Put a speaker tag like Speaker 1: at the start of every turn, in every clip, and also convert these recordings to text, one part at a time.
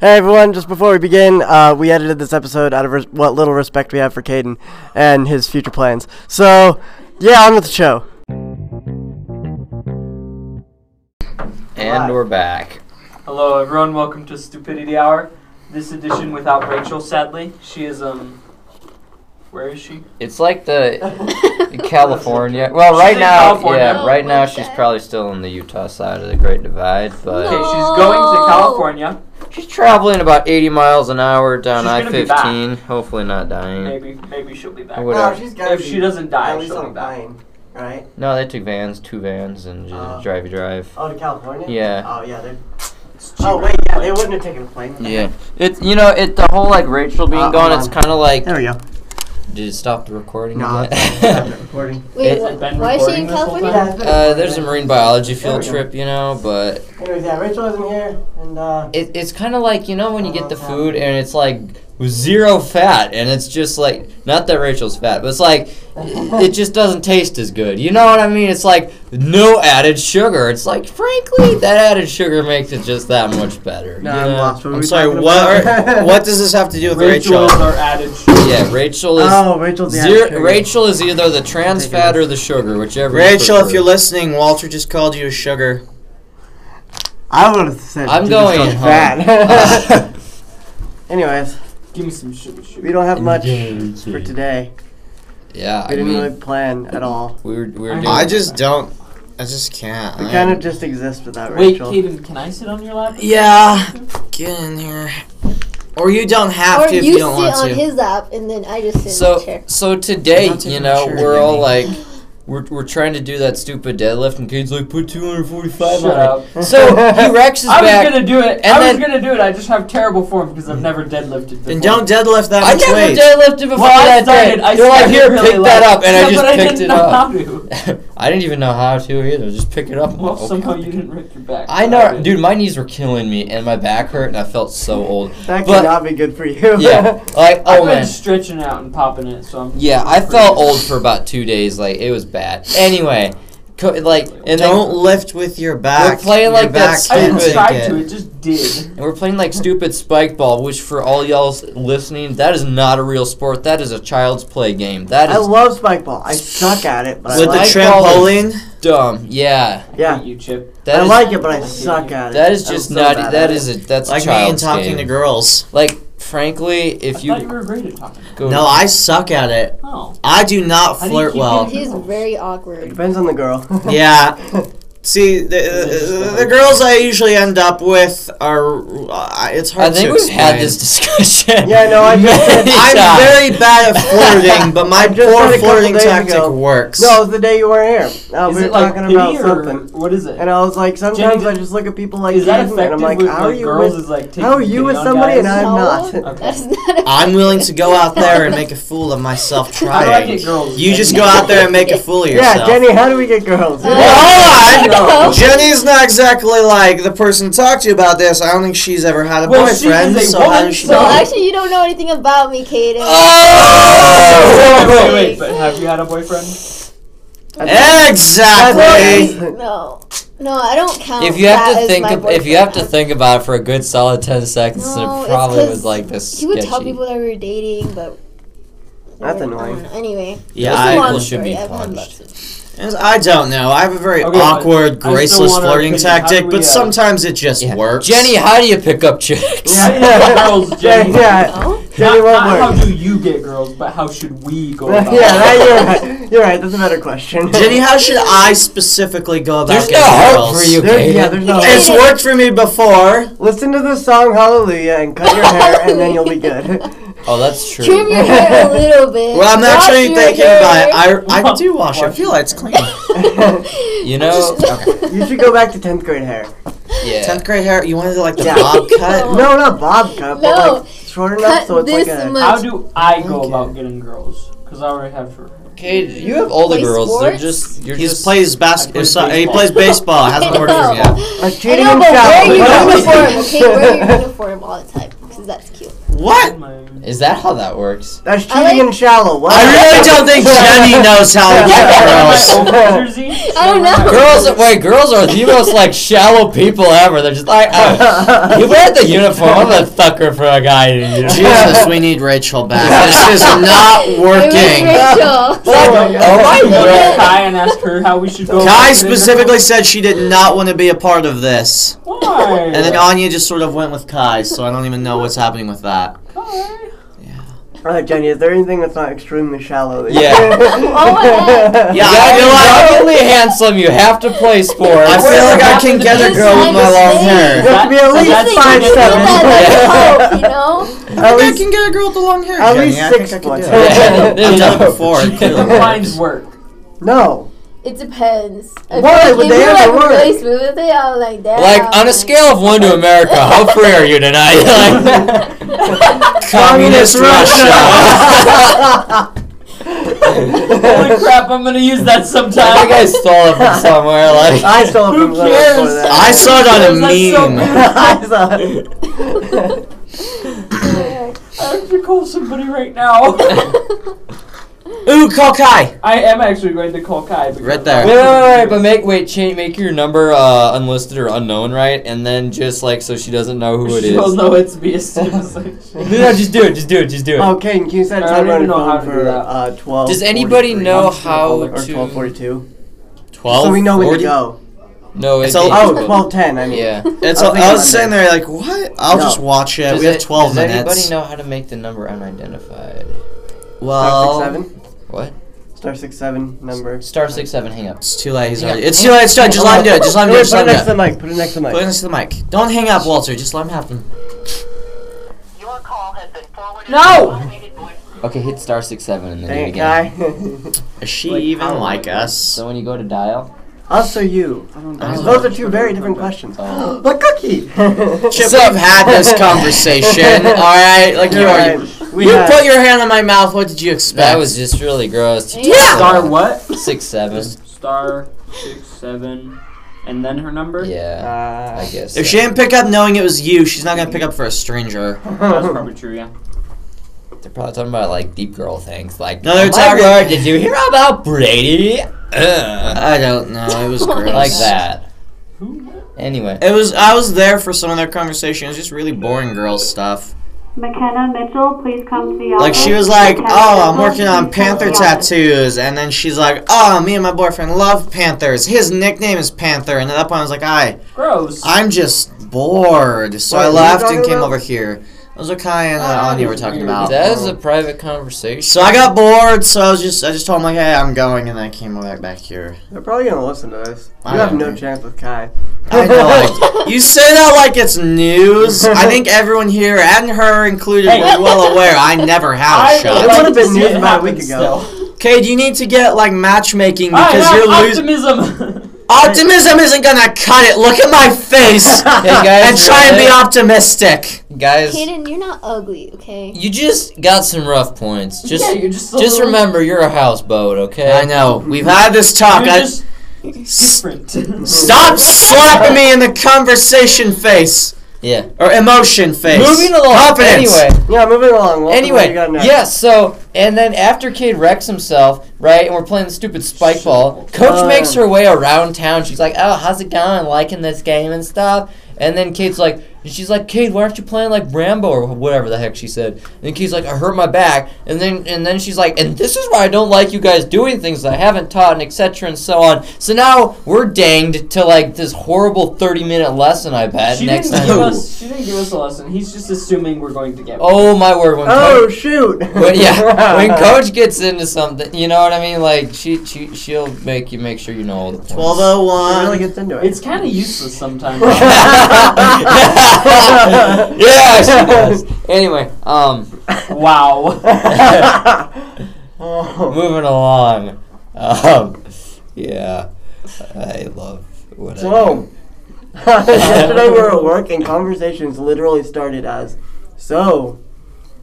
Speaker 1: Hey everyone, just before we begin, uh, we edited this episode out of res- what little respect we have for Caden and his future plans. So, yeah, on with the show.
Speaker 2: And
Speaker 3: Live.
Speaker 2: we're back.
Speaker 3: Hello, everyone. Welcome to Stupidity Hour. This edition without Rachel, sadly. She is, um. Where is she?
Speaker 2: It's like the California. Well,
Speaker 3: She's
Speaker 2: right
Speaker 3: in
Speaker 2: now,
Speaker 3: California.
Speaker 2: yeah,
Speaker 4: Oh,
Speaker 2: right now
Speaker 4: okay.
Speaker 2: she's probably still on the Utah side of the Great Divide,
Speaker 3: Okay,
Speaker 2: but
Speaker 4: No.
Speaker 3: she's going
Speaker 2: Oh.
Speaker 3: to
Speaker 4: No.
Speaker 3: California,
Speaker 2: she's traveling about 80 miles an hour down
Speaker 3: She's gonna be back.
Speaker 2: I-15. Hopefully not dying.
Speaker 3: maybe maybe she'll be back.
Speaker 2: What- Whatever.
Speaker 1: she's gotta
Speaker 3: If
Speaker 1: be
Speaker 3: she doesn't die,
Speaker 1: at least
Speaker 3: she'll
Speaker 1: on
Speaker 3: be
Speaker 1: a
Speaker 3: back.
Speaker 1: plane, right?
Speaker 2: No, they took vans, two vans, and just
Speaker 1: Oh.
Speaker 2: drivey drive.
Speaker 1: Oh, to California?
Speaker 2: Yeah.
Speaker 1: Oh, yeah. They're...
Speaker 3: It's
Speaker 1: Oh,
Speaker 3: cheaper.
Speaker 1: wait, yeah, they wouldn't have taken a plane.
Speaker 2: Yeah, it's you know it the whole like Rachel being
Speaker 1: Uh,
Speaker 2: gone.
Speaker 1: hold
Speaker 2: It's
Speaker 1: on.
Speaker 2: kind of like
Speaker 1: There we go.
Speaker 2: did it stop the recording?
Speaker 1: No,
Speaker 2: yet?
Speaker 1: it's not recording.
Speaker 4: Wait,
Speaker 2: It-
Speaker 4: wha-
Speaker 3: Has it been
Speaker 4: why is she
Speaker 3: recording
Speaker 4: in
Speaker 3: this whole
Speaker 4: California?
Speaker 1: Yeah, it's been
Speaker 2: uh, there's a marine biology field
Speaker 1: There we go.
Speaker 2: trip, you know, but
Speaker 1: Anyways, yeah, Rachel isn't here, and, uh,
Speaker 2: it, it's kind of like you know when you get the
Speaker 1: Uh-huh.
Speaker 2: food and it's like zero fat and it's just like not that Rachel's fat but it's like it just doesn't taste as good you know what I mean it's like no added sugar it's like frankly that added sugar makes it just that much better
Speaker 1: No,
Speaker 2: you
Speaker 1: I'm
Speaker 2: know?
Speaker 1: lost. What were
Speaker 5: I'm
Speaker 1: we
Speaker 5: sorry.
Speaker 1: talking
Speaker 5: What?
Speaker 1: about?
Speaker 5: Are, what does this have to do with Rachel?
Speaker 3: Rachel's our added sugar.
Speaker 2: yeah Rachel is
Speaker 1: Oh, Rachel's the
Speaker 2: zero-
Speaker 1: actor.
Speaker 2: Rachel is either the trans
Speaker 1: Take a
Speaker 2: fat or the sugar whichever you
Speaker 5: Rachel, if
Speaker 2: prefer.
Speaker 5: you're listening, Walter just called you a sugar.
Speaker 1: I would have said
Speaker 2: I'm
Speaker 1: Jesus
Speaker 2: going
Speaker 1: was
Speaker 2: home.
Speaker 1: fat. Anyways,
Speaker 3: Give me some sugar, sugar.
Speaker 1: we don't have much
Speaker 2: Engaging.
Speaker 1: for today.
Speaker 2: yeah
Speaker 1: We
Speaker 2: I
Speaker 1: didn't
Speaker 2: mean,
Speaker 1: really plan at all.
Speaker 2: we were, we were
Speaker 3: I
Speaker 2: doing
Speaker 5: I just don't. I just can't.
Speaker 1: We
Speaker 5: I-
Speaker 1: kind of just exist without
Speaker 3: Wait,
Speaker 1: Rachel.
Speaker 3: Kaden, can I sit on your lap?
Speaker 5: Yeah. Get in here. Or you don't have
Speaker 4: Or
Speaker 5: to if
Speaker 4: you,
Speaker 5: you
Speaker 4: sit
Speaker 5: don't want
Speaker 4: on
Speaker 5: to.
Speaker 4: his lap and then I just sit in the
Speaker 2: So
Speaker 4: chair.
Speaker 2: so today,
Speaker 5: I'm not
Speaker 2: you
Speaker 5: taking
Speaker 2: know,
Speaker 5: a shirt,
Speaker 2: we're all like,
Speaker 5: Andy.
Speaker 2: we're, we're trying to do that stupid deadlift, and Kane's like, put 245
Speaker 3: Shut
Speaker 2: on
Speaker 3: up.
Speaker 2: it. So he Rex is
Speaker 3: I was
Speaker 2: back.
Speaker 3: gonna do it.
Speaker 2: and
Speaker 3: I
Speaker 2: then-
Speaker 3: was gonna do it. I just have terrible form because I've never deadlifted before.
Speaker 5: Then don't deadlift that
Speaker 2: I
Speaker 5: much
Speaker 2: never
Speaker 5: weight.
Speaker 2: deadlifted before
Speaker 3: Well, I
Speaker 2: that
Speaker 3: started.
Speaker 2: day.
Speaker 3: I
Speaker 2: They're like,
Speaker 3: started
Speaker 2: here,
Speaker 3: really
Speaker 2: pick
Speaker 3: low.
Speaker 2: that up, and
Speaker 3: yeah,
Speaker 2: I just
Speaker 3: but I
Speaker 2: picked
Speaker 3: didn't
Speaker 2: it
Speaker 3: know
Speaker 2: up.
Speaker 3: How to.
Speaker 2: I didn't even know how to either. Just pick it up.
Speaker 3: Well,
Speaker 2: Oh,
Speaker 3: somehow
Speaker 2: God.
Speaker 3: you didn't rip your back.
Speaker 2: I
Speaker 3: but
Speaker 2: know,
Speaker 3: did.
Speaker 2: dude. My knees were killing me, and my back hurt, and I felt so old.
Speaker 1: That
Speaker 2: But-
Speaker 1: could not be good for you.
Speaker 2: Yeah, like,
Speaker 3: I've
Speaker 2: oh
Speaker 3: been
Speaker 2: man.
Speaker 3: stretching out and popping it, so I'm.
Speaker 2: Yeah, I felt old for about two days. Like it was bad. Anyway, co- like, and then
Speaker 5: don't lift with your back.
Speaker 2: playing
Speaker 5: Your
Speaker 2: like that
Speaker 5: back
Speaker 3: I
Speaker 2: stupid-
Speaker 5: can't
Speaker 3: didn't
Speaker 5: take
Speaker 2: Stupid.
Speaker 3: try
Speaker 5: it.
Speaker 3: to. It just did.
Speaker 2: And we're playing like stupid spike ball, which for all y'all s- listening, that is not a real sport. That is a child's play game. That
Speaker 1: I
Speaker 2: is
Speaker 1: love spike ball. I suck at it, but I
Speaker 5: With the
Speaker 1: like
Speaker 2: Spike ball
Speaker 5: trampoline,
Speaker 2: dumb. Yeah,
Speaker 1: it. Yeah,
Speaker 3: You chip.
Speaker 2: that
Speaker 1: I
Speaker 2: is-
Speaker 1: like it, but I suck at it.
Speaker 2: that is
Speaker 1: I'm
Speaker 2: just
Speaker 1: so
Speaker 2: not.
Speaker 1: bad at
Speaker 2: That is
Speaker 1: it.
Speaker 2: a that's
Speaker 5: like
Speaker 2: a
Speaker 5: me and
Speaker 2: child's
Speaker 5: talking
Speaker 2: game.
Speaker 5: to girls.
Speaker 2: Like frankly, if
Speaker 3: I
Speaker 2: you,
Speaker 3: thought you were great at talking.
Speaker 2: go,
Speaker 5: No, I suck at it.
Speaker 3: Oh,
Speaker 5: I do not
Speaker 3: How do you
Speaker 5: flirt
Speaker 3: keep
Speaker 5: well.
Speaker 3: in-
Speaker 4: He's very
Speaker 1: It
Speaker 4: awkward.
Speaker 1: depends on the girl.
Speaker 5: Yeah. See, the, the, the girls I usually end up with are. Uh, it's hard
Speaker 2: I think
Speaker 5: to
Speaker 2: we've had
Speaker 5: explain.
Speaker 2: this discussion.
Speaker 1: Yeah, no, I just said-
Speaker 2: many
Speaker 5: I'm
Speaker 2: times.
Speaker 5: very bad at flirting, but my
Speaker 1: I just said
Speaker 5: poor
Speaker 1: a couple
Speaker 5: flirting
Speaker 1: days
Speaker 5: tactic
Speaker 1: ago.
Speaker 5: works.
Speaker 1: no, it was the day you weren't here. Uh,
Speaker 3: is
Speaker 1: we were
Speaker 3: it like
Speaker 1: talking
Speaker 3: pity
Speaker 1: about
Speaker 3: or
Speaker 1: something.
Speaker 3: what is it?
Speaker 1: And I was like, sometimes
Speaker 3: Jenny,
Speaker 1: I just look at people like
Speaker 3: is that
Speaker 1: Caden, and
Speaker 3: effective
Speaker 1: I'm like,
Speaker 3: with
Speaker 1: how are
Speaker 3: like,
Speaker 1: you
Speaker 3: girls?
Speaker 1: with,
Speaker 3: Is like taking
Speaker 1: how are you
Speaker 3: pity
Speaker 1: with
Speaker 3: on
Speaker 1: somebody and
Speaker 3: guys?
Speaker 1: I'm
Speaker 4: No,
Speaker 1: not?
Speaker 3: Okay.
Speaker 4: That's not
Speaker 5: I'm willing to go out there and make a fool of myself
Speaker 3: How do I
Speaker 5: trying.
Speaker 3: get girls?
Speaker 5: You just go out there and make a fool of yourself.
Speaker 1: Yeah, Jenny, how do we get girls?
Speaker 4: Uh,
Speaker 5: Well, hold
Speaker 4: No.
Speaker 5: on. Jenny's not exactly like the person to talk to about this. I don't think she's ever had a
Speaker 3: Well, she
Speaker 5: boyfriend,
Speaker 3: is a
Speaker 5: so
Speaker 3: woman,
Speaker 5: how does she
Speaker 3: so
Speaker 4: Well,
Speaker 5: know?
Speaker 4: actually, you don't know anything about me, Kaden.
Speaker 2: Oh!
Speaker 3: Wait, wait,
Speaker 4: wait,
Speaker 3: wait, But have you had a boyfriend?
Speaker 5: Exactly.
Speaker 4: No. No, I don't count
Speaker 2: If you have
Speaker 4: that
Speaker 2: to
Speaker 4: as
Speaker 2: think,
Speaker 4: my
Speaker 2: ab- if you have to
Speaker 4: boyfriend.
Speaker 2: think about it for a good solid ten seconds,
Speaker 4: No,
Speaker 2: it
Speaker 4: it's
Speaker 2: probably
Speaker 4: 'cause
Speaker 2: was like this.
Speaker 4: He would
Speaker 2: sketchy.
Speaker 4: tell people that we were dating, but...
Speaker 1: That's
Speaker 4: I don't
Speaker 1: annoying.
Speaker 4: know. Anyway,
Speaker 5: Yeah,
Speaker 4: it's
Speaker 2: I-
Speaker 4: a long
Speaker 2: people should
Speaker 4: story.
Speaker 2: be
Speaker 4: I've had
Speaker 2: punished.
Speaker 4: lots of-
Speaker 5: I don't know. I have a very
Speaker 3: Okay, but I
Speaker 5: awkward,
Speaker 3: still
Speaker 5: graceless
Speaker 3: want our
Speaker 5: flirting
Speaker 3: opinion. How
Speaker 5: tactic,
Speaker 3: do we,
Speaker 5: but
Speaker 3: uh,
Speaker 5: sometimes it just
Speaker 2: Yeah.
Speaker 5: works.
Speaker 2: Jenny, how do you pick up chicks?
Speaker 3: How do you get girls, Jenny?
Speaker 1: yeah,
Speaker 4: No?
Speaker 1: Jenny
Speaker 3: not, not
Speaker 1: won't
Speaker 3: how
Speaker 1: work.
Speaker 3: do you get girls, but how should we go
Speaker 1: Yeah,
Speaker 3: about it?
Speaker 1: that, you're right. You're right. That's a better question.
Speaker 5: Jenny, how should I specifically go about
Speaker 2: There's
Speaker 5: getting
Speaker 2: no hope
Speaker 5: girls?
Speaker 2: for you,
Speaker 1: There-
Speaker 2: Kaden.
Speaker 1: yeah, there's no.
Speaker 5: It's worked for me before.
Speaker 1: Listen to the song Hallelujah and cut your hair and then you'll be good.
Speaker 2: Oh, that's true.
Speaker 4: Trim your hair a little bit.
Speaker 5: Well, I'm
Speaker 4: Wash
Speaker 5: actually
Speaker 4: your
Speaker 5: thinking
Speaker 4: hair.
Speaker 5: about it. I, I do wash it. I
Speaker 3: Wash
Speaker 5: feel like it's clean.
Speaker 2: You know,
Speaker 1: you should go back to 10th grade hair.
Speaker 2: yeah.
Speaker 5: Tenth grade hair. You wanted like the
Speaker 1: Yeah.
Speaker 5: bob cut.
Speaker 1: No, not bob cut, but
Speaker 4: No,
Speaker 1: like short enough
Speaker 4: Cut
Speaker 1: so it's
Speaker 4: this
Speaker 1: like a.
Speaker 4: much.
Speaker 3: How do I go
Speaker 5: Okay.
Speaker 3: about getting girls? Because I already have her.
Speaker 2: Kaden, you have all the
Speaker 4: Play
Speaker 2: girls. They're
Speaker 4: sports?
Speaker 2: just you're
Speaker 5: He just
Speaker 2: just
Speaker 5: plays
Speaker 3: I
Speaker 5: basketball.
Speaker 3: play
Speaker 5: He
Speaker 3: baseball.
Speaker 5: plays baseball. It hasn't worked for him yet.
Speaker 1: A
Speaker 4: I
Speaker 1: cheating
Speaker 4: know, but
Speaker 1: shot.
Speaker 4: wear your
Speaker 1: Put on the-
Speaker 4: uniform. Okay, wear your uniform all the time. because that's cute.
Speaker 5: What?
Speaker 2: Is that how that works?
Speaker 1: That's
Speaker 4: I
Speaker 1: cheating
Speaker 4: like-
Speaker 1: and shallow. What?
Speaker 5: I really don't think Jenny knows how to
Speaker 1: Yeah.
Speaker 5: get girls.
Speaker 4: I don't know.
Speaker 2: Girls, wait, girls are the most like shallow people ever. They're just like, oh, you wear the uniform. I'm a fucker for a guy in a uniform.
Speaker 5: Jesus, we need Rachel back. This is not
Speaker 4: It
Speaker 5: working.
Speaker 4: was Rachel.
Speaker 2: Oh my God.
Speaker 3: Kai and asked her how we should go.
Speaker 5: Kai
Speaker 3: about
Speaker 5: specifically said she did not want to be a part of this.
Speaker 3: it. Why?
Speaker 5: And then Anya just sort of went with Kai, so I don't even know what's happening with that.
Speaker 3: Kai.
Speaker 1: Alright, Jenny, is there anything that's not extremely shallow? that you-
Speaker 2: Yeah.
Speaker 4: Oh, my
Speaker 5: Yeah,
Speaker 2: You gotta be
Speaker 5: I feel like,
Speaker 2: ruggedly handsome. You have to play sports.
Speaker 5: I, feel like I can get a girl with my long
Speaker 1: You
Speaker 5: hair.
Speaker 1: have to be at
Speaker 3: That's-
Speaker 1: least
Speaker 3: that's
Speaker 1: five
Speaker 3: the thing,
Speaker 1: seven.
Speaker 4: that like hope, you know?
Speaker 1: at least
Speaker 5: get a girl with the long hair.
Speaker 1: At least six foot.
Speaker 2: Yeah, there
Speaker 5: I've
Speaker 2: you
Speaker 5: done it
Speaker 2: go.
Speaker 5: before.
Speaker 2: Yeah.
Speaker 3: Lines work.
Speaker 1: no.
Speaker 4: It depends. I
Speaker 1: Why
Speaker 4: feel like
Speaker 1: would
Speaker 4: if
Speaker 1: they
Speaker 4: you were,
Speaker 1: ever
Speaker 4: like
Speaker 1: work?
Speaker 4: really smooth with it, I was like, damn.
Speaker 2: Like on a scale of one to America, how free are you tonight? Like,
Speaker 5: Communist
Speaker 2: Russia.
Speaker 3: Holy crap! I'm gonna use that sometime.
Speaker 2: I think I stole it from somewhere. Like
Speaker 1: I still have
Speaker 3: Who
Speaker 1: from Little before
Speaker 3: cares?
Speaker 1: that.
Speaker 5: I saw it on a
Speaker 3: That's so
Speaker 5: meme.
Speaker 3: weird.
Speaker 1: I saw it.
Speaker 3: I have to call somebody right now.
Speaker 5: Ooh, call Kai.
Speaker 3: I am actually going to call Kai. because-
Speaker 5: Right there.
Speaker 2: Wait, wait, wait, wait, but make wait, change, make your number uh, unlisted or unknown, right? And then just like so she doesn't know who it is.
Speaker 3: She'll
Speaker 2: No,
Speaker 3: know it's me as soon as I change.
Speaker 2: no, just do it, just do it, just do it.
Speaker 1: Oh, Caden, can you set a
Speaker 3: I don't
Speaker 1: timer on
Speaker 3: even
Speaker 1: your
Speaker 3: know how
Speaker 1: phone
Speaker 3: to
Speaker 1: for
Speaker 3: do that.
Speaker 1: uh, 12?
Speaker 2: Does anybody know how
Speaker 1: or
Speaker 2: to-
Speaker 1: 12:42?
Speaker 2: Twelve.
Speaker 1: so we know when to go.
Speaker 2: No, it's
Speaker 5: It's all-
Speaker 1: Oh, 12:10. I mean,
Speaker 2: Yeah.
Speaker 5: It's,
Speaker 1: I
Speaker 5: I,
Speaker 1: think
Speaker 5: was
Speaker 1: it's
Speaker 5: sitting there like, what? I'll
Speaker 1: No.
Speaker 5: just watch it.
Speaker 2: Does
Speaker 5: we have
Speaker 2: it-
Speaker 5: 12
Speaker 2: does
Speaker 5: minutes.
Speaker 2: anybody know how to make the number unidentified?
Speaker 5: Well,
Speaker 1: Star six seven.
Speaker 2: What?
Speaker 1: Star six seven number.
Speaker 2: Star six seven. Hang up.
Speaker 5: it's too late. He's
Speaker 2: Hang
Speaker 5: already,
Speaker 2: up.
Speaker 5: it's too late. It's too late. Just let him do it. Just let him do it.
Speaker 1: Wait,
Speaker 5: Just
Speaker 1: put it
Speaker 5: let
Speaker 1: next to
Speaker 5: him do
Speaker 1: the
Speaker 5: it.
Speaker 1: mic. Put it next to the
Speaker 5: Put it
Speaker 1: mic.
Speaker 5: next to the mic. Don't hang up, Walter. Just let him happen.
Speaker 6: Your call has been forwarded to
Speaker 3: No!
Speaker 6: an automated voice
Speaker 2: Okay, hit star six seven and then
Speaker 1: Dang
Speaker 2: do it
Speaker 1: it,
Speaker 2: again.
Speaker 1: guy.
Speaker 5: Is she
Speaker 3: Like,
Speaker 5: even
Speaker 3: how-
Speaker 5: like us?
Speaker 2: So when you go to dial,
Speaker 1: Us or you?
Speaker 5: know.
Speaker 1: Those are two very different questions.
Speaker 2: Oh.
Speaker 1: The cookie.
Speaker 5: Chip, we've had this conversation. all right, like you
Speaker 1: You're
Speaker 5: are.
Speaker 1: right. We
Speaker 5: You
Speaker 1: have-
Speaker 5: put your hand on my mouth. What did you expect?
Speaker 2: that was just really gross.
Speaker 4: Yeah.
Speaker 3: Star what?
Speaker 2: Six seven.
Speaker 3: Star six seven, and then her number.
Speaker 2: Yeah, I
Speaker 1: Uh,
Speaker 2: guess.
Speaker 5: If
Speaker 2: so.
Speaker 5: she didn't pick up knowing it was you, she's not gonna pick up for a stranger.
Speaker 3: That's
Speaker 1: uh,
Speaker 3: probably true. Yeah.
Speaker 2: They're probably talking about like deep girl things. Like,
Speaker 5: No, they're
Speaker 2: "Oh my
Speaker 5: talking-
Speaker 2: word, did you hear about Brady? Ugh.
Speaker 5: I don't know. It was gross.
Speaker 2: like that.
Speaker 3: Who?
Speaker 2: Anyway,
Speaker 5: It was. I was there for some of their conversation. It was just really boring girl stuff.
Speaker 7: McKenna Mitchell, please come to the office.
Speaker 5: Like she was like,
Speaker 7: McKenna
Speaker 5: "Oh, I'm
Speaker 7: Mitchell,
Speaker 5: working on
Speaker 7: please come to
Speaker 5: panther
Speaker 7: the office."
Speaker 5: tattoos," and then she's like, "Oh, me and my boyfriend love panthers. His nickname is Panther." And at that point, I was like, "I,
Speaker 3: Gross.
Speaker 5: I'm just bored." So
Speaker 1: What
Speaker 5: I
Speaker 1: were you
Speaker 5: left
Speaker 1: talking
Speaker 5: and came
Speaker 1: about? Oh,
Speaker 5: over here. Those are Kai and uh,
Speaker 3: Ah,
Speaker 5: Anya were talking
Speaker 3: weird.
Speaker 5: about.
Speaker 2: that was a private conversation.
Speaker 5: So I got bored, so I was just I just told him like, hey, I'm going, and I came right back here.
Speaker 1: they're probably gonna listen to this. You
Speaker 5: I
Speaker 1: have
Speaker 5: don't
Speaker 1: no
Speaker 5: know.
Speaker 1: chance with Kai.
Speaker 5: I know. Like, you say that like it's news. I think everyone here and her included
Speaker 3: Hey.
Speaker 5: were well aware. I never have a
Speaker 3: I
Speaker 1: It
Speaker 5: shot.
Speaker 3: like
Speaker 1: would've been
Speaker 3: to see
Speaker 1: news
Speaker 3: it
Speaker 1: about a
Speaker 3: happen
Speaker 1: week ago.
Speaker 3: still.
Speaker 5: Cade, you need to get like matchmaking
Speaker 3: I
Speaker 5: because
Speaker 3: have
Speaker 5: you're losing.
Speaker 3: optimism.
Speaker 5: Optimism isn't gonna cut it. Look at my face
Speaker 2: Hey guys,
Speaker 5: and try and be
Speaker 2: really?
Speaker 5: optimistic.
Speaker 2: guys,
Speaker 4: Kaden, you're not ugly, okay?
Speaker 2: you just got some rough points. Just,
Speaker 3: yeah, you're just. a
Speaker 2: just
Speaker 3: little-
Speaker 2: remember, you're a houseboat, okay?
Speaker 5: I know. We've had this talk.
Speaker 3: You're
Speaker 5: I,
Speaker 3: just
Speaker 5: Ah, s-
Speaker 3: different.
Speaker 5: stop slapping me in the conversation face
Speaker 2: Yeah.
Speaker 5: or emotion face.
Speaker 2: Moving along.
Speaker 5: Confidence.
Speaker 2: Anyway.
Speaker 1: Yeah, moving along. Walter, what
Speaker 2: Anyway,
Speaker 1: you got next?
Speaker 2: yeah, so, and then after Cade wrecks himself, right, and we're playing the stupid spike ball, Coach
Speaker 1: Um.
Speaker 2: makes her way around town. She's like, oh, how's it going? Liking this game and stuff. And then Cade's like, and she's like, Cade, why aren't you playing like Rambo or whatever the heck she said? And then Cade's like, I hurt my back. And then and then she's like, and this is why I don't like you guys doing things that I haven't taught and etc. and so on. So now we're danged to like this horrible 30 minute lesson, I bet,
Speaker 3: She
Speaker 2: next
Speaker 3: didn't
Speaker 2: time.
Speaker 3: give us. She didn't give us a lesson. He's just assuming we're going to get. one.
Speaker 2: Oh my word, when Coach
Speaker 1: Oh shoot.
Speaker 2: when, yeah, when coach gets into something, you know what I mean. Like she, she, she'll make you make sure you know all the points.
Speaker 5: Twelve
Speaker 1: He
Speaker 5: oh
Speaker 1: really
Speaker 5: one.
Speaker 1: gets into it.
Speaker 3: It's kind of useless sometimes.
Speaker 2: yeah, she does. Anyway, um,
Speaker 3: wow.
Speaker 1: oh.
Speaker 2: moving along. Um, yeah, I love what I
Speaker 1: So, yesterday we were at work and conversations literally started as, so,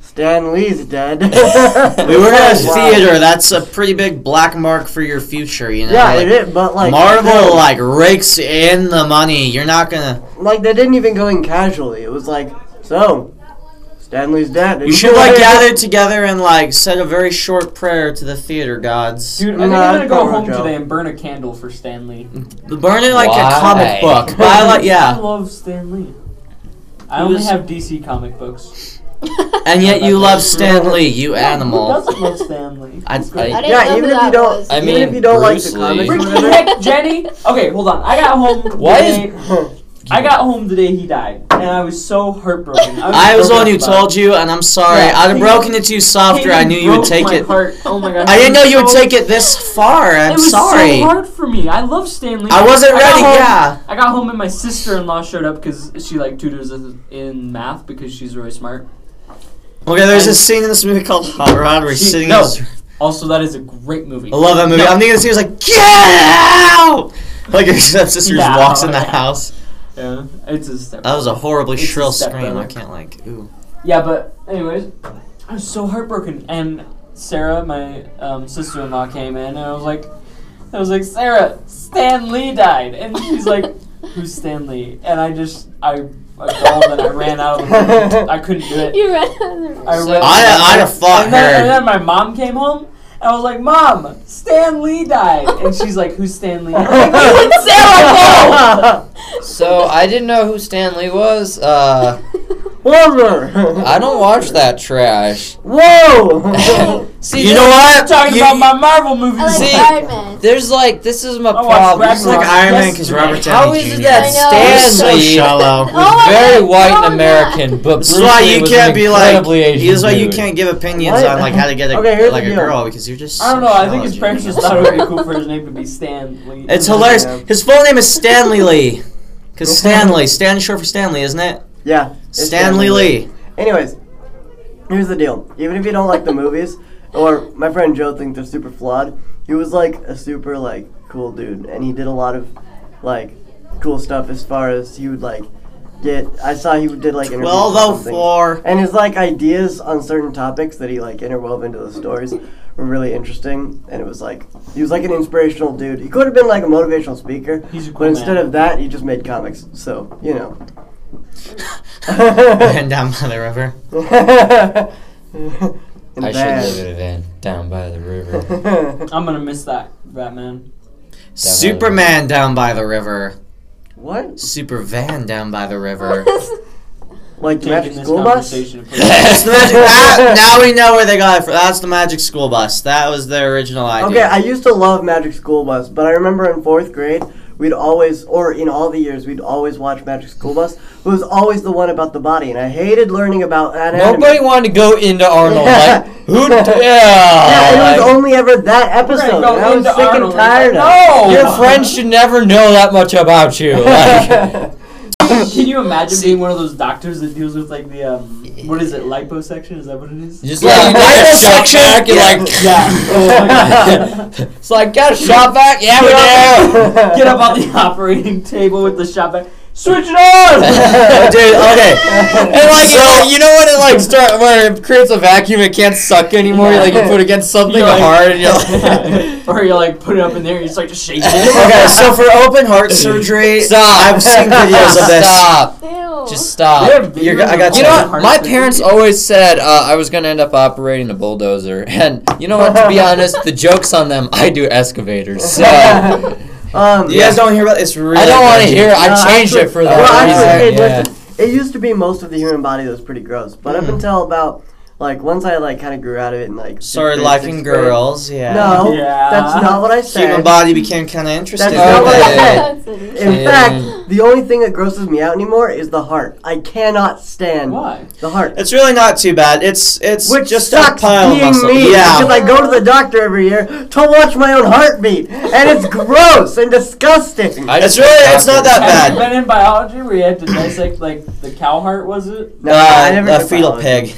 Speaker 1: Stan Lee's dead.
Speaker 5: We were at a
Speaker 1: Wow.
Speaker 5: theater. That's a pretty big black mark for your future. You know.
Speaker 1: Yeah,
Speaker 5: like,
Speaker 1: it is, but like
Speaker 5: Marvel like rakes in the money. You're not gonna.
Speaker 1: like they didn't even go in casually. It was like, so, Stanley's dead.
Speaker 5: You should like gather together and like said a very short prayer to the theater gods.
Speaker 3: Dude, I think
Speaker 1: Nah,
Speaker 3: I'm gonna go
Speaker 1: go,
Speaker 3: home
Speaker 1: Joe.
Speaker 3: today and burn a candle for Stan Lee.
Speaker 5: burn it like a
Speaker 2: Why?
Speaker 5: comic book. Buy like
Speaker 3: I
Speaker 5: yeah,
Speaker 3: love Stan Lee. I only
Speaker 5: was-
Speaker 3: have DC comic books.
Speaker 5: and yet you love Stan Lee, you
Speaker 3: Who
Speaker 5: animal.
Speaker 3: doesn't love Stan Lee?
Speaker 5: I,
Speaker 4: I
Speaker 5: I,
Speaker 4: didn't
Speaker 1: Yeah,
Speaker 4: know
Speaker 1: even
Speaker 4: who
Speaker 1: if you
Speaker 4: that
Speaker 1: don't-
Speaker 4: was.
Speaker 2: I
Speaker 1: Even
Speaker 2: mean,
Speaker 1: if you don't like
Speaker 2: Bruce
Speaker 1: the comics
Speaker 2: Lee.
Speaker 1: or
Speaker 3: Freaking heck, Jenny. Okay, hold on. I got home.
Speaker 2: Why is-
Speaker 3: today. I got home the day he died, and I was so heartbroken.
Speaker 5: I was the one
Speaker 3: broken
Speaker 5: who
Speaker 3: about it.
Speaker 5: told you, and I'm sorry.
Speaker 3: Yeah,
Speaker 5: I'd have
Speaker 3: he-
Speaker 5: broken it to you softer. I
Speaker 3: Hayden
Speaker 5: knew you would
Speaker 3: broke
Speaker 5: take
Speaker 3: my
Speaker 5: it.
Speaker 3: heart. Oh my god.
Speaker 5: I didn't know you would
Speaker 3: So-
Speaker 5: take it this far. I'm
Speaker 3: It was
Speaker 5: sorry.
Speaker 3: so hard for me. I love Stanley.
Speaker 5: I wasn't
Speaker 3: got
Speaker 5: ready.
Speaker 3: home-
Speaker 5: Yeah.
Speaker 3: I got home and my sister-in-law showed up because she like tutors us in math because she's really smart.
Speaker 5: Okay, there's
Speaker 3: And-
Speaker 5: this scene in this movie called Hot Rod where he's
Speaker 3: She-
Speaker 5: sitting.
Speaker 3: no.
Speaker 5: in his,
Speaker 3: Also, that is a great movie.
Speaker 5: I love that movie.
Speaker 3: No.
Speaker 5: I'm thinking the scene was like, get out! Like her stepsister
Speaker 3: Yeah.
Speaker 5: just walks in the house.
Speaker 3: Yeah, it's a step.
Speaker 5: That was a horribly
Speaker 3: It's a
Speaker 5: shrill
Speaker 3: stepbrother.
Speaker 5: scream. I can't like. Ooh.
Speaker 3: yeah, but anyways, I was so heartbroken, and Sarah, my um, sister-in-law, came in, and I was like, I was like, Sarah, Stan Lee died, and she's like, Who's Stan Lee? And I just, I, I called and I ran out of the room. I couldn't do it.
Speaker 4: You ran out of the room.
Speaker 3: I ran
Speaker 5: I- I'd have fought
Speaker 3: and then,
Speaker 5: her.
Speaker 3: And then my mom came home, and I was like, Mom, Stan Lee died, and she's like, Who's Stan Lee? I'm like,
Speaker 2: So I didn't know who Stan Lee was. Uh,
Speaker 1: Whoa!
Speaker 2: I don't watch that trash.
Speaker 1: Whoa!
Speaker 2: See,
Speaker 5: You know what?
Speaker 3: talking
Speaker 5: You-
Speaker 3: about my Marvel movies.
Speaker 4: I like
Speaker 2: See-
Speaker 4: Iron Man.
Speaker 2: There's like this is my
Speaker 3: watched
Speaker 2: problem.
Speaker 3: Ragnarok.
Speaker 5: It's like Iron Man because
Speaker 3: Yesterday.
Speaker 5: Robert Downey
Speaker 2: How is
Speaker 5: Jr.
Speaker 2: it that
Speaker 4: I know.
Speaker 2: Stan
Speaker 5: so
Speaker 2: Lee
Speaker 5: shallow.
Speaker 4: Oh my
Speaker 2: very
Speaker 4: God,
Speaker 2: white
Speaker 4: no,
Speaker 2: and
Speaker 4: I'm
Speaker 2: American, but
Speaker 5: This is
Speaker 2: Bruce
Speaker 5: why
Speaker 2: Lee
Speaker 5: you
Speaker 2: was
Speaker 5: can't
Speaker 2: an
Speaker 5: be like.
Speaker 2: incredibly Asian
Speaker 5: This is why you
Speaker 2: dude.
Speaker 5: can't give opinions
Speaker 1: What?
Speaker 5: on like how to get a
Speaker 1: Okay, here's
Speaker 5: like
Speaker 1: the
Speaker 5: a
Speaker 1: deal.
Speaker 5: girl because you're just.
Speaker 3: I don't
Speaker 5: so
Speaker 3: know. I
Speaker 5: shallow,
Speaker 3: think his
Speaker 5: dude.
Speaker 3: parents just thought it would be cool for his name to be Stan Lee.
Speaker 5: It's hilarious.
Speaker 1: Yeah.
Speaker 5: His full name is Stanley Lee, because Stanley, Stan is short for Stanley, isn't it?
Speaker 1: yeah. it's
Speaker 5: Stanley Lee.
Speaker 1: Anyways, here's the deal. Even if you don't like the movies, or my friend Joe thinks they're super flawed, he was like a super like cool dude, and he did a lot of like cool stuff as far as he would like get. I saw he did like interviews
Speaker 5: Twelve
Speaker 1: or
Speaker 5: oh
Speaker 1: something.
Speaker 5: four.
Speaker 1: And his like ideas on certain topics that he like interwove into the stories were really interesting, and it was like he was like an inspirational dude. He could have been like a motivational speaker,
Speaker 3: He's a cool
Speaker 1: but instead
Speaker 3: man.
Speaker 1: of that, he just made comics. So you know.
Speaker 5: And down by the river.
Speaker 1: I
Speaker 2: I should live in a van down by the river.
Speaker 3: I'm gonna miss that Batman.
Speaker 5: Superman down by the river.
Speaker 1: what?
Speaker 5: Super van down by the river.
Speaker 1: Like the
Speaker 3: Taking
Speaker 1: magic
Speaker 3: this
Speaker 1: school bus?
Speaker 3: conversation.
Speaker 5: That's the magic- that- now we know where they got it from. That's the magic school bus. That was their original idea.
Speaker 1: Okay, I used to love Magic School Bus, but I remember in fourth grade, we'd always, or in all the years, we'd always watch Magic School Bus. It was always the one about the body, and I hated learning about anatomy.
Speaker 2: Nobody wanted to go into Arnold.
Speaker 1: Yeah.
Speaker 2: Like who? d- Yeah.
Speaker 1: Yeah, and it
Speaker 2: like,
Speaker 1: was only ever that episode.
Speaker 3: go
Speaker 1: and I was
Speaker 3: into
Speaker 1: sick
Speaker 3: Arnold,
Speaker 1: and tired
Speaker 3: like,
Speaker 1: of it.
Speaker 3: no!
Speaker 2: your friends should never know that much about you. Like,
Speaker 3: Can you imagine being one of those doctors that deals with like the um, what is it, liposuction? Is that what it is?
Speaker 2: just like you got a shot back and like
Speaker 3: Yeah. Oh my God.
Speaker 2: it's like got a shot back. Yeah, we do.
Speaker 1: Um,
Speaker 3: Get up on the operating table with the shot back. Switch it on.
Speaker 5: Dude, okay.
Speaker 2: And like you know- you know when it like start where it creates a vacuum, it can't suck anymore. Like you put it against something
Speaker 3: You're like-
Speaker 2: hard, and you're like,
Speaker 3: or you like put it up in there. and You just like just shake it.
Speaker 5: okay, so for open heart surgery,
Speaker 2: stop.
Speaker 5: I've seen videos of this.
Speaker 2: Stop.
Speaker 4: Ew.
Speaker 2: Just stop.
Speaker 5: You're I got
Speaker 2: You
Speaker 5: you.
Speaker 2: know what? My parents always said uh, I was gonna end up operating a bulldozer, and you know what? To be honest, the jokes on them, I do excavators. So I
Speaker 1: um,
Speaker 5: You guys don't hear about this. Really
Speaker 2: don't want to
Speaker 5: dodgy.
Speaker 2: hear. I
Speaker 1: No,
Speaker 2: changed
Speaker 1: actually-
Speaker 2: it for that
Speaker 1: well, actually,
Speaker 2: reason.
Speaker 1: hey,
Speaker 2: Yeah.
Speaker 1: listen, it used to be most of the human body that was pretty gross, but up until about like once I like kind of grew out of it and like sixth
Speaker 5: Started
Speaker 1: grade,
Speaker 5: liking
Speaker 1: sixth grade.
Speaker 5: girls. Yeah.
Speaker 1: No,
Speaker 3: Yeah.
Speaker 1: that's not what I said.
Speaker 5: Human body became kind of interesting.
Speaker 1: That's not
Speaker 2: Oh,
Speaker 1: what I
Speaker 2: okay.
Speaker 1: said. In
Speaker 2: Yeah.
Speaker 1: fact, the only thing that grosses me out anymore is the heart. I cannot stand
Speaker 3: Why?
Speaker 1: the heart.
Speaker 5: It's really not too bad. It's it's
Speaker 1: which
Speaker 5: just a
Speaker 1: sucks
Speaker 5: pile
Speaker 1: being
Speaker 5: of muscle.
Speaker 1: me
Speaker 5: yeah.
Speaker 1: because I go to the doctor every year to watch my own heartbeat, and it's gross and disgusting.
Speaker 2: I
Speaker 5: It's
Speaker 2: just-
Speaker 5: really it's not that
Speaker 3: Have you
Speaker 5: bad.
Speaker 3: been in biology where you had to dissect like the cow heart? Was it?
Speaker 1: no, I never
Speaker 5: uh, a
Speaker 1: did
Speaker 5: fetal
Speaker 1: biology.
Speaker 5: pig.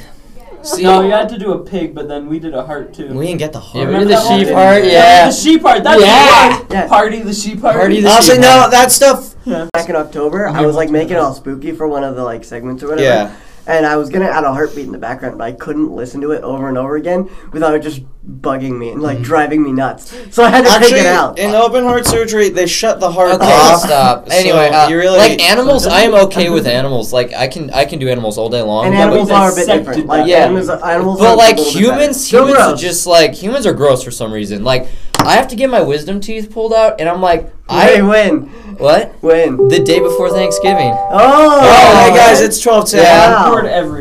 Speaker 3: No, you had to do a pig, but then we did a heart too.
Speaker 5: We didn't get the heart.
Speaker 2: You remember the
Speaker 3: that one?
Speaker 2: sheep heart?
Speaker 3: Yeah,
Speaker 2: Yeah.
Speaker 3: the sheep heart. That's
Speaker 2: Yeah.
Speaker 3: right.
Speaker 1: Yeah.
Speaker 3: Party the sheep heart.
Speaker 2: Party the
Speaker 5: Honestly,
Speaker 2: sheep
Speaker 5: no,
Speaker 2: heart.
Speaker 5: that stuff.
Speaker 1: Back in October, I was like making it all spooky for one of the like segments or whatever.
Speaker 5: Yeah.
Speaker 1: and I was gonna add a heartbeat in the background, but I couldn't listen to it over and over again without it just bugging me and like driving me nuts. So I had to
Speaker 5: Mm-hmm. Actually,
Speaker 1: take it out.
Speaker 5: in open heart surgery, they shut the heart
Speaker 2: Okay,
Speaker 5: off.
Speaker 2: stop.
Speaker 5: So
Speaker 2: Anyway, uh,
Speaker 5: you really
Speaker 2: like animals, I am okay with animals. Like I can, I can do animals all day long.
Speaker 1: and
Speaker 2: but-
Speaker 1: animals
Speaker 3: we
Speaker 1: are a bit
Speaker 3: dissected
Speaker 1: different. Like
Speaker 3: that.
Speaker 2: Yeah.
Speaker 1: animals, animals. are a
Speaker 2: But like
Speaker 1: little bit better.
Speaker 2: humans,
Speaker 1: They're
Speaker 2: humans are
Speaker 1: gross.
Speaker 2: just like humans are gross for some reason. Like I have to get my wisdom teeth pulled out, and I'm like,
Speaker 1: Hey,
Speaker 2: I
Speaker 1: win,
Speaker 2: what
Speaker 1: win.
Speaker 2: the day before Thanksgiving.
Speaker 1: Oh,
Speaker 5: Oh, hey
Speaker 2: Oh,
Speaker 5: guys, it's twelve ten.
Speaker 2: Yeah.
Speaker 3: Record every.